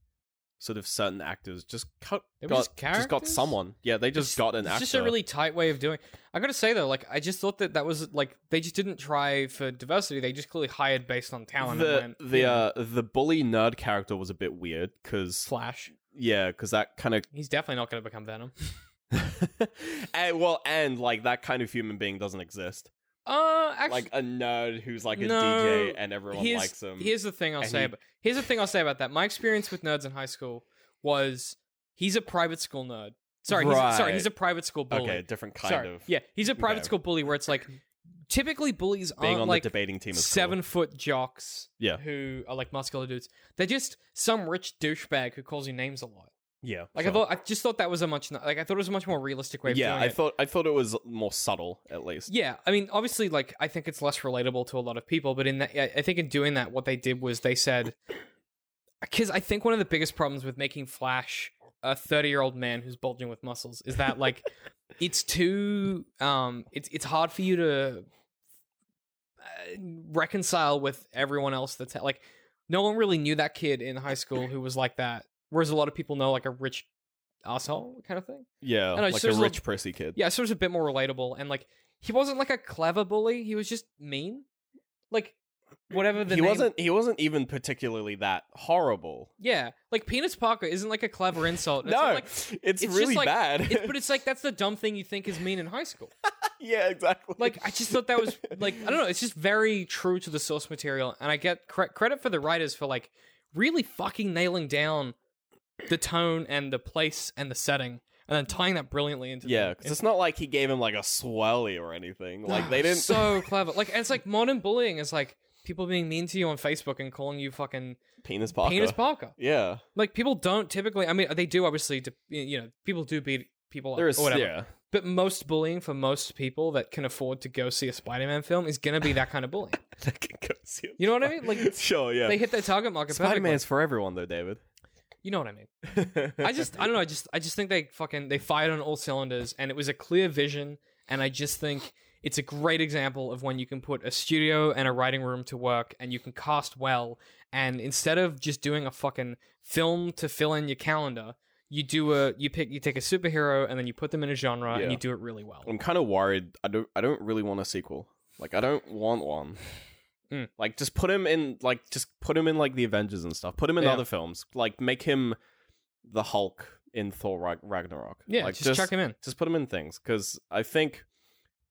S2: sort of certain actors. Just cut.
S1: They were
S2: got,
S1: just
S2: got
S1: characters?
S2: someone. Yeah, they just
S1: It's-
S2: got an
S1: It's
S2: actor.
S1: just a really tight way of doing. I gotta say though, like I just thought that that was like they just didn't try for diversity. They just clearly hired based on talent.
S2: the
S1: and went,
S2: the
S1: "Yeah,
S2: uh, the bully nerd character was a bit weird because
S1: Flash.
S2: yeah, because that kind of
S1: He's definitely not gonna become Venom.
S2: and, well, and like that kind of human being doesn't exist.
S1: Uh, actually,
S2: Like a nerd who's like a
S1: No,
S2: DJ and everyone
S1: here's,
S2: likes him.
S1: Here's the thing I'll
S2: and
S1: say.
S2: he-
S1: about, here's the thing I'll say about that. My experience with nerds in high school was he's a private school nerd. Sorry, he's, sorry,
S2: Right.
S1: he's a private school bully.
S2: okay, different kind
S1: sorry,
S2: of
S1: yeah, he's a private
S2: Okay.
S1: school bully where it's like typically bullies
S2: being
S1: aren't
S2: on
S1: uh, like
S2: the debating team. Is
S1: seven foot jocks
S2: Yeah.
S1: who are like muscular dudes. They're just some rich douchebag who calls you names a lot.
S2: cool. yeah.
S1: Like
S2: sure.
S1: I thought, I just thought that was a much like I thought it was a much more realistic way. Of
S2: yeah,
S1: doing
S2: I
S1: it.
S2: thought I thought it was more subtle at least.
S1: Yeah, I mean, obviously, like I think it's less relatable to a lot of people, but in that, I I think in doing that, what they did was they said, because I think one of the biggest problems with making Flash a thirty-year-old man who's bulging with muscles is that like it's too um it's it's hard for you to uh, reconcile with everyone else that's like no one really knew that kid in high school who was like that, whereas a lot of people know like a rich asshole kind of thing.
S2: Yeah,
S1: I know,
S2: like
S1: so
S2: a
S1: there's a-
S2: rich prissy kid.
S1: Yeah, so it was a bit more relatable, and like he wasn't like a clever bully. He was just mean, like whatever the
S2: he
S1: name-
S2: wasn't. He wasn't even particularly that horrible.
S1: Yeah, like Penis Parker isn't like a clever insult. It's
S2: no,
S1: not like,
S2: it's,
S1: it's
S2: really
S1: just like-
S2: bad.
S1: it's, but it's like that's the dumb thing you think is mean in high school.
S2: yeah, exactly.
S1: Like I just thought that was like I don't know. It's just very true to the source material, and I get cre- credit for the writers for like really fucking nailing down the tone and the place and the setting, and then tying that brilliantly into
S2: Yeah,
S1: the,
S2: because it's not like he gave him like a swelly or anything. Like they didn't.
S1: so clever. Like and it's like modern bullying is like people being mean to you on Facebook and calling you fucking
S2: penis Parker.
S1: penis Parker.
S2: yeah,
S1: Like people don't typically. I mean, they do obviously. To, you know, people do beat people up
S2: there is.
S1: or whatever.
S2: Yeah,
S1: But most bullying for most people that can afford to go see a Spider-Man film is gonna be that kind of bullying.
S2: I can go see it.
S1: You know what I mean? Like
S2: sure, yeah.
S1: they hit their target market.
S2: Spider
S1: perfectly.
S2: Man's for everyone though, David.
S1: You know what I mean? I just I don't know. I just I just think they fucking they fired on all cylinders, and it was a clear vision. And I just think it's a great example of when you can put a studio and a writing room to work, and you can cast well. And instead of just doing a fucking film to fill in your calendar, you do a you pick you take a superhero and then you put them in a genre
S2: Yeah.
S1: and you do it really well.
S2: I'm kind of worried. I don't. I don't really want a sequel. Like I don't want one.
S1: Mm.
S2: Like just put him in. Like just put him in like the Avengers and stuff. Put him in
S1: Yeah.
S2: other films. Like make him the Hulk in Thor Rag- Ragnarok.
S1: Yeah,
S2: like,
S1: just, chuck him in.
S2: just put them in things because I think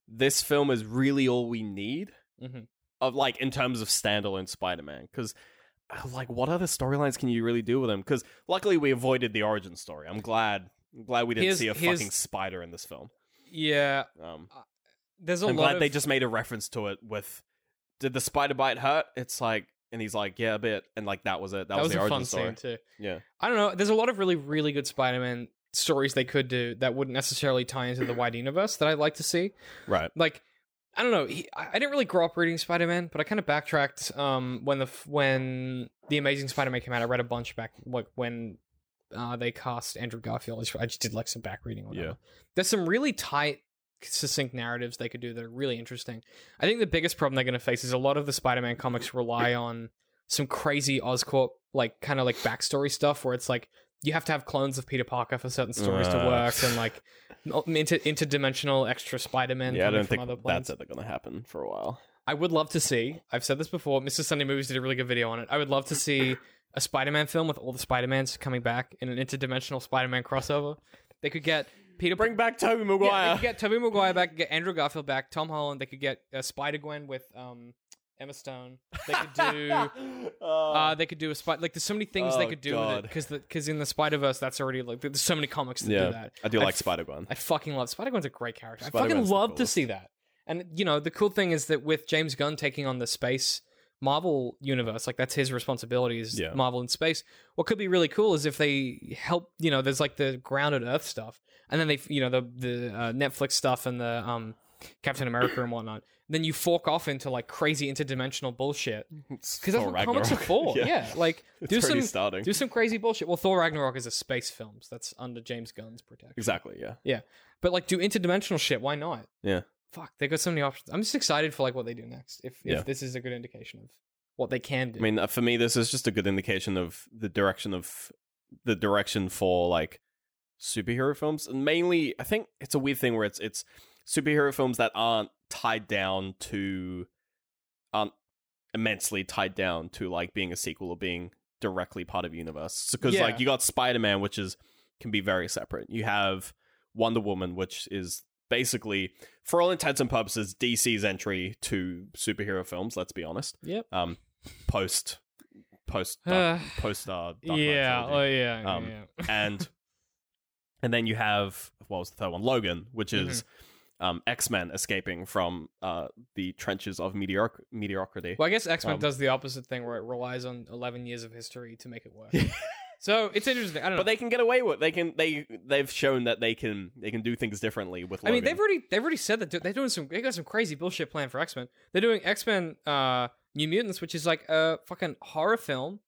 S2: this film is really all we need
S1: Mhm.
S2: of like in terms of standalone Spider-Man because like what other storylines can you really do with him? Because luckily we avoided the origin story. I'm glad. I'm glad we didn't
S1: Here's-
S2: see a
S1: here's-
S2: fucking spider in this film.
S1: Yeah,
S2: Um,
S1: there's a
S2: I'm
S1: lot.
S2: glad
S1: of,
S2: they just made a reference to it with. Did the spider bite hurt? It's like And he's like, yeah, a bit. And like that was it. That,
S1: That,
S2: was,
S1: was,
S2: the
S1: a
S2: origin
S1: fun
S2: story.
S1: scene too.
S2: Yeah.
S1: I don't know. There's a lot of really, really good Spider-Man stories they could do that wouldn't necessarily tie into the wide universe that I'd like to see.
S2: Right.
S1: Like, I don't know. He, I I didn't really grow up reading Spider-Man, but I kind of backtracked um, when the f- when the Amazing Spider-Man came out. I read a bunch back like when uh, they cast Andrew Garfield. I just- I just did like some back reading. or Whatever.
S2: Yeah.
S1: There's some really tight, succinct narratives they could do that are really interesting. I think the biggest problem they're going to face is a lot of the Spider-Man comics rely on some crazy Oscorp like kind of like backstory stuff where it's like you have to have clones of Peter Parker for certain stories to
S2: Uh.
S1: work and like inter- interdimensional extra Spider-Man
S2: yeah, I
S1: coming
S2: don't
S1: from
S2: think
S1: other planets.
S2: that's ever going to happen for a while.
S1: I would love to see. I've said this before. Mr. Sunday Movies did a really good video on it. I would love to see a Spider-Man film with all the Spider-Mans coming back in an interdimensional Spider-Man crossover. They could get Peter
S2: Bring back Toby Maguire.
S1: yeah, they could get Tobey Maguire back, get Andrew Garfield back, Tom Holland. They could get uh, Spider Gwen with um, Emma Stone. They could do. Uh, they could do a spot like there's so many things they
S2: Oh,
S1: could do with it
S2: God.
S1: because because in the Spider Verse that's already like there's so many comics that
S2: yeah,
S1: do that.
S2: I do
S1: I
S2: like
S1: f-
S2: Spider Gwen.
S1: I fucking love Spider Gwen's a great character. I
S2: Spider-Gwen's
S1: fucking
S2: the
S1: love to
S2: coolest.
S1: see that. And you know, the cool thing is that with James Gunn taking on the space Marvel universe, like that's his responsibility is
S2: Yeah.
S1: Marvel in space. What could be really cool is if they help, you know, there's like the grounded Earth stuff, and then they, you know, the the uh, Netflix stuff and the um, Captain America and whatnot. Then you fork off into like crazy interdimensional bullshit because that's what comics are for. Yeah, like
S2: It's
S1: do
S2: already
S1: some
S2: starting.
S1: do some crazy bullshit. Well, Thor Ragnarok is a space film, so that's under James Gunn's protection.
S2: Exactly. Yeah.
S1: But like, do interdimensional shit. Why not?
S2: Yeah.
S1: Fuck, they got so many options. I'm just excited for like what they do next. If, if
S2: Yeah.
S1: this is a good indication of what they can do.
S2: I mean, uh, for me, this is just a good indication of the direction of the direction for like superhero films, and mainly, I think it's a weird thing where it's it's superhero films that aren't tied down to aren't immensely tied down to like being a sequel or being directly part of a universe. Because
S1: Yeah.
S2: like you got Spider Man, which is can be very separate. You have Wonder Woman, which is basically, for all intents and purposes, DC's entry to superhero films. Let's be honest
S1: yep.
S2: um post post
S1: Uh,
S2: dark, post uh, dark Knight
S1: yeah,
S2: trilogy.
S1: oh, yeah, yeah,
S2: Um,
S1: yeah.
S2: and and then you have what was the third one Logan which
S1: Mhm.
S2: is um X-Men escaping from uh the trenches of meteoric mediocrity
S1: Well, I guess X Men
S2: um,
S1: does the opposite thing, where it relies on 11 years of history to make it work. so it's interesting. I don't know.
S2: but they can get away with they can they they've shown that they can they can do things differently with
S1: I
S2: Logan.
S1: mean, they've already they've already said that they're they're doing some they got some crazy bullshit planned for X Men. They're doing X Men uh, New Mutants, which is like a fucking horror film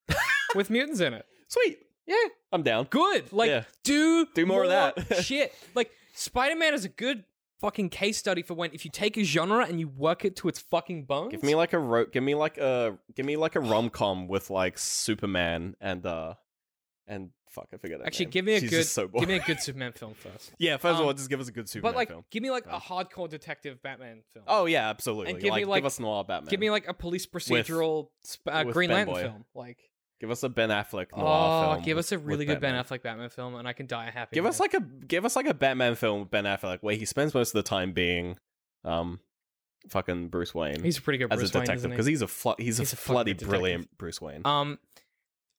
S1: with mutants in it.
S2: sweet
S1: Yeah,
S2: I'm down
S1: good. Like,
S2: Yeah.
S1: do
S2: Do more of that.
S1: shit. Like, Spider Man is a good fucking case study for when if you take a genre and you work it to its fucking bones.
S2: give me like a ro- give me like a give me like a rom-com with like Superman and uh and fuck I forget her
S1: actually
S2: name.
S1: give me a
S2: She's
S1: good
S2: just so boring.
S1: give me a good Superman film first.
S2: yeah first
S1: um,
S2: of all just give us a good Superman
S1: but like,
S2: film
S1: give me like a
S2: Um,
S1: hardcore detective Batman film.
S2: Oh yeah, absolutely.
S1: And give
S2: like,
S1: me, like-
S2: give us noir Batman.
S1: give me like a police procedural sp- uh,
S2: with
S1: Green
S2: Ben
S1: Lantern
S2: Boy.
S1: film. Like,
S2: give us a Ben Affleck noir
S1: oh,
S2: film.
S1: give
S2: with-
S1: us a
S2: with
S1: really good
S2: Batman.
S1: Ben Affleck Batman film, and I can die a happy.
S2: Give
S1: man.
S2: us like a give us like a Batman film with Ben Affleck where he spends most of the time being, um, fucking Bruce Wayne
S1: he's a pretty good
S2: as
S1: Bruce
S2: a
S1: Wayne,
S2: detective
S1: isn't he?
S2: because he's a flo- he's,
S1: He's a
S2: a
S1: fucking
S2: bloody
S1: detective.
S2: brilliant Bruce Wayne.
S1: um,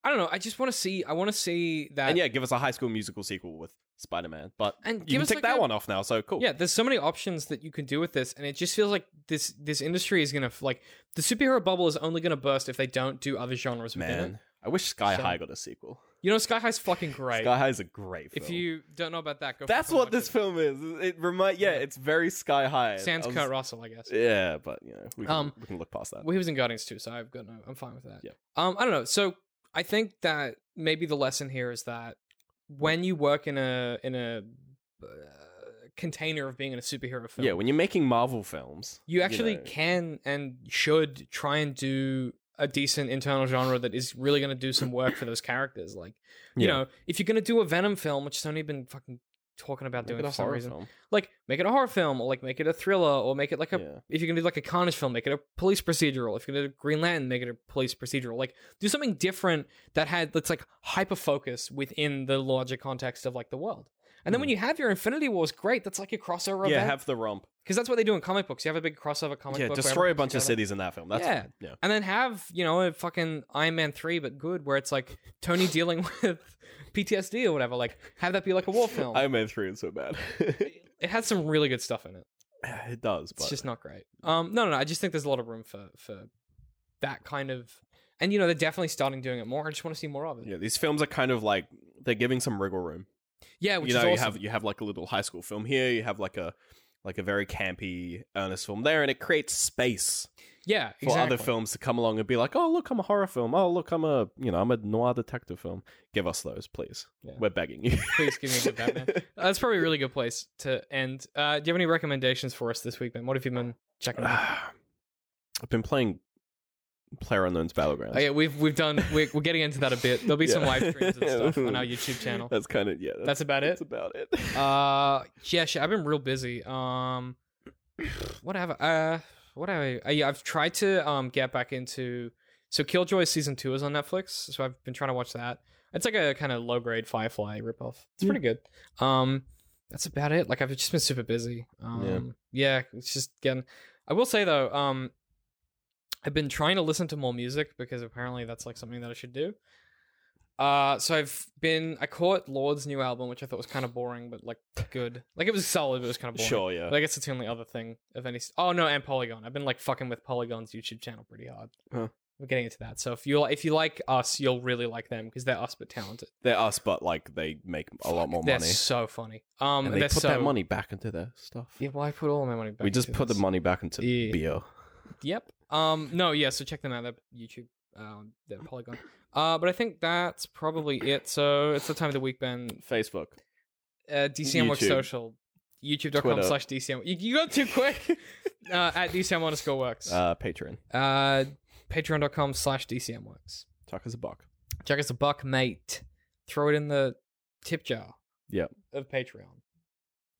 S1: I don't know. I just want to see. I want to see that.
S2: and yeah, give us a High School Musical sequel with Spider Man. But
S1: And
S2: you
S1: give
S2: can
S1: us,
S2: take
S1: like,
S2: that
S1: a-
S2: one off now. So cool.
S1: Yeah, there's so many options that you can do with this, and it just feels like this this industry is gonna f- like the superhero bubble is only gonna burst if they don't do other genres within it.
S2: man. I wish Sky
S1: So-
S2: High got a sequel.
S1: You know, Sky High's fucking great.
S2: Sky High's a great film.
S1: if you don't know about that, go.
S2: That's
S1: fucking
S2: what
S1: watch
S2: this
S1: it.
S2: film is. It remind yeah,
S1: Yeah.
S2: it's very Sky High.
S1: Sans
S2: I was-
S1: Kurt Russell, I guess.
S2: Yeah, but you know, we can,
S1: Um,
S2: we can look past that.
S1: Well, he was in Guardians too, so I've got no. I'm fine with that.
S2: Yeah.
S1: Um, I don't know. So I think that maybe the lesson here is that when you work in a in a uh, container of being in a superhero film,
S2: Yeah, when you're making Marvel films,
S1: you actually
S2: know,
S1: can and should try and do a decent internal genre that is really going to do some work for those characters. Like, you
S2: Yeah.
S1: know, if you're going to do a Venom film, which Sony been fucking talking about
S2: make
S1: doing
S2: it a
S1: for some
S2: horror
S1: reason,
S2: film.
S1: like make it a horror film or like make it a thriller or make it like a
S2: Yeah.
S1: if you're gonna do like a carnage film, make it a police procedural. If you're gonna do Green Lantern, make it a police procedural. Like do something different that had that's like hyper focus within the larger context of like the world. And then when you have your Infinity Wars, great. That's like a crossover
S2: Mm-hmm. yeah,
S1: event
S2: have the romp.
S1: because that's what they do in comic books. You have a big crossover comic
S2: Yeah,
S1: book. where
S2: destroy a
S1: everyone
S2: bunch
S1: comes
S2: of
S1: together.
S2: cities in that film. That's
S1: Yeah.
S2: fine. yeah.
S1: and then have you know a fucking Iron Man three, but good, where it's like Tony dealing with PTSD or whatever. Like have that be like a war film.
S2: Iron Man three is so bad.
S1: it had some really good stuff in it.
S2: it does,
S1: it's
S2: but
S1: just not great. Um, no, no, no. I just think there's a lot of room for for that kind of. And you know, they're definitely starting doing it more. I just want to see more of it. Yeah,
S2: Yeah, these films are kind of like they're giving some wiggle room.
S1: which
S2: you know,
S1: is awesome.
S2: you have you have like a little high school film here. You have like a like a very campy, earnest film there, and it creates space
S1: yeah,
S2: for
S1: exactly.
S2: other films to come along and be like, "Oh, look, I'm a horror film. Oh, look, I'm a you know, I'm a noir detective film. Give us those, please.
S1: Yeah.
S2: We're begging you."
S1: Please give me a good Batman. Uh, that's probably a really good place to end. Uh, do you have any recommendations for us this week, man? What have you been checking out?
S2: I've been playing Player Unknown's Battlegrounds.
S1: Oh, yeah, we've we've done. We're, we're getting into that a bit. There'll be some
S2: Yeah.
S1: live streams and stuff on our YouTube channel.
S2: That's kind of yeah.
S1: That's about it.
S2: That's about it.
S1: Uh, yeah, shit, I've been real busy. Um, what have I, uh, what have I? I yeah, I've tried to um get back into. So Killjoy season two is on Netflix, so I've been trying to watch that. It's like a kind of low grade Firefly ripoff. It's pretty good. Um, that's about it. Like I've just been super busy. Um, yeah, it's just getting. I will say though, um, I've been trying to listen to more music because apparently that's like something that I should do. Uh, so I've been I caught Lord's new album, which I thought was kind of boring, but like good. Like it was solid, but it was kind of boring.
S2: sure, yeah.
S1: But I guess it's the only other thing of any. Oh no, and Polygon. I've been like fucking with Polygon's YouTube channel pretty hard.
S2: Huh.
S1: We're getting into that. So if you if you like us, you'll really like them because they're us but talented.
S2: They're us, but like they make a lot more
S1: They're
S2: money.
S1: so funny. Um,
S2: and they
S1: they're
S2: put
S1: so,
S2: that money back into their stuff.
S1: Yeah, well, I put all my money back.
S2: we just
S1: into
S2: put
S1: this.
S2: the money back into
S1: Yeah.
S2: beer.
S1: Yep. Um. No. Yeah. So check them out. Their YouTube. Um. Their
S2: Mm.
S1: Polygon. Uh. But I think that's probably it. So it's the time of the week, Ben.
S2: Facebook.
S1: Uh, DCM Works
S2: YouTube.
S1: Social. YouTube.com
S2: Twitter.
S1: slash DCM. You, you got too quick. uh, at DCM underscore works.
S2: Uh, Patreon.
S1: Uh, Patreon.com slash DCM works.
S2: Tuck us a buck.
S1: Jack us a buck, mate. Throw it in the tip jar.
S2: Yep.
S1: Of Patreon.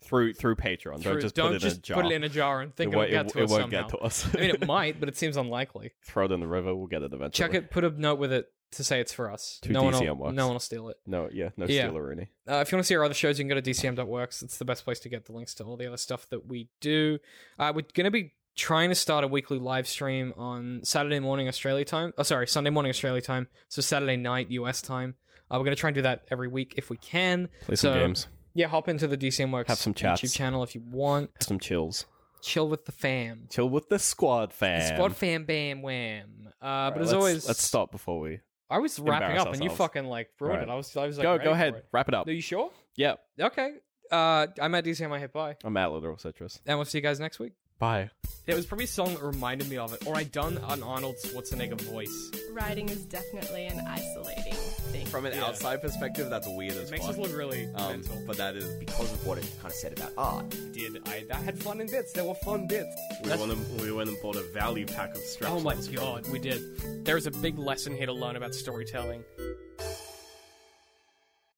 S2: Through through Patreon.
S1: Through-
S2: don't just put
S1: put
S2: it in a jar.
S1: it in a jar and think
S2: it won't,
S1: it'll get
S2: it-
S1: to
S2: it
S1: us
S2: won't
S1: somehow.
S2: get to us.
S1: I mean, it might, but it seems unlikely.
S2: Throw it in the river. We'll get it eventually.
S1: Chuck it. Put a note with it to say it's for us.
S2: To
S1: no one will,
S2: DCM works.
S1: No one will steal it.
S2: No, yeah, no
S1: Yeah.
S2: Steeleroonie.
S1: Uh, if you want to see our other shows, you can go to dcm.works. It's the best place to get the links to all the other stuff that we do. Uh, we're going to be trying to start a weekly live stream on Saturday morning Australia time. Oh, sorry, Sunday morning Australia time. So Saturday night US time. Uh, we're going to try and do that every week if we can.
S2: Play some
S1: So-
S2: games.
S1: Yeah, hop into the DCM Works
S2: Have some chats.
S1: YouTube channel if you want.
S2: Some chills.
S1: Chill with the fam.
S2: Chill with the squad
S1: The
S2: fam.
S1: Squad fam, bam, wham. Uh, but
S2: Alright,
S1: as
S2: let's-
S1: always,
S2: let's stop before we
S1: I was wrapping
S2: embarrass
S1: up and you
S2: ourselves.
S1: fucking like ruined
S2: Alright.
S1: it. I was, I was like,
S2: go.
S1: ready
S2: Go
S1: for
S2: ahead.
S1: it.
S2: Wrap it up.
S1: Are you sure?
S2: yeah,
S1: Okay. Uh, I'm at DCM. I hit bye.
S2: I'm at Literal Citrus.
S1: and we'll see you guys next week.
S2: Bye.
S1: It was probably a song that reminded me of it, or I done an Arnold Schwarzenegger voice.
S3: Writing is definitely an isolating thing.
S5: From an
S1: Yeah.
S5: outside perspective, that's weird as
S1: makes
S5: fuck.
S1: us look really
S5: um,
S1: mental.
S5: but that is because of what it kind of said about art.
S1: did I? I had fun in bits. There were fun bits.
S6: We went, and, we went and
S2: oh
S6: bought a value pack of straps.
S1: Oh my god, we did. There is a big lesson here to learn about storytelling.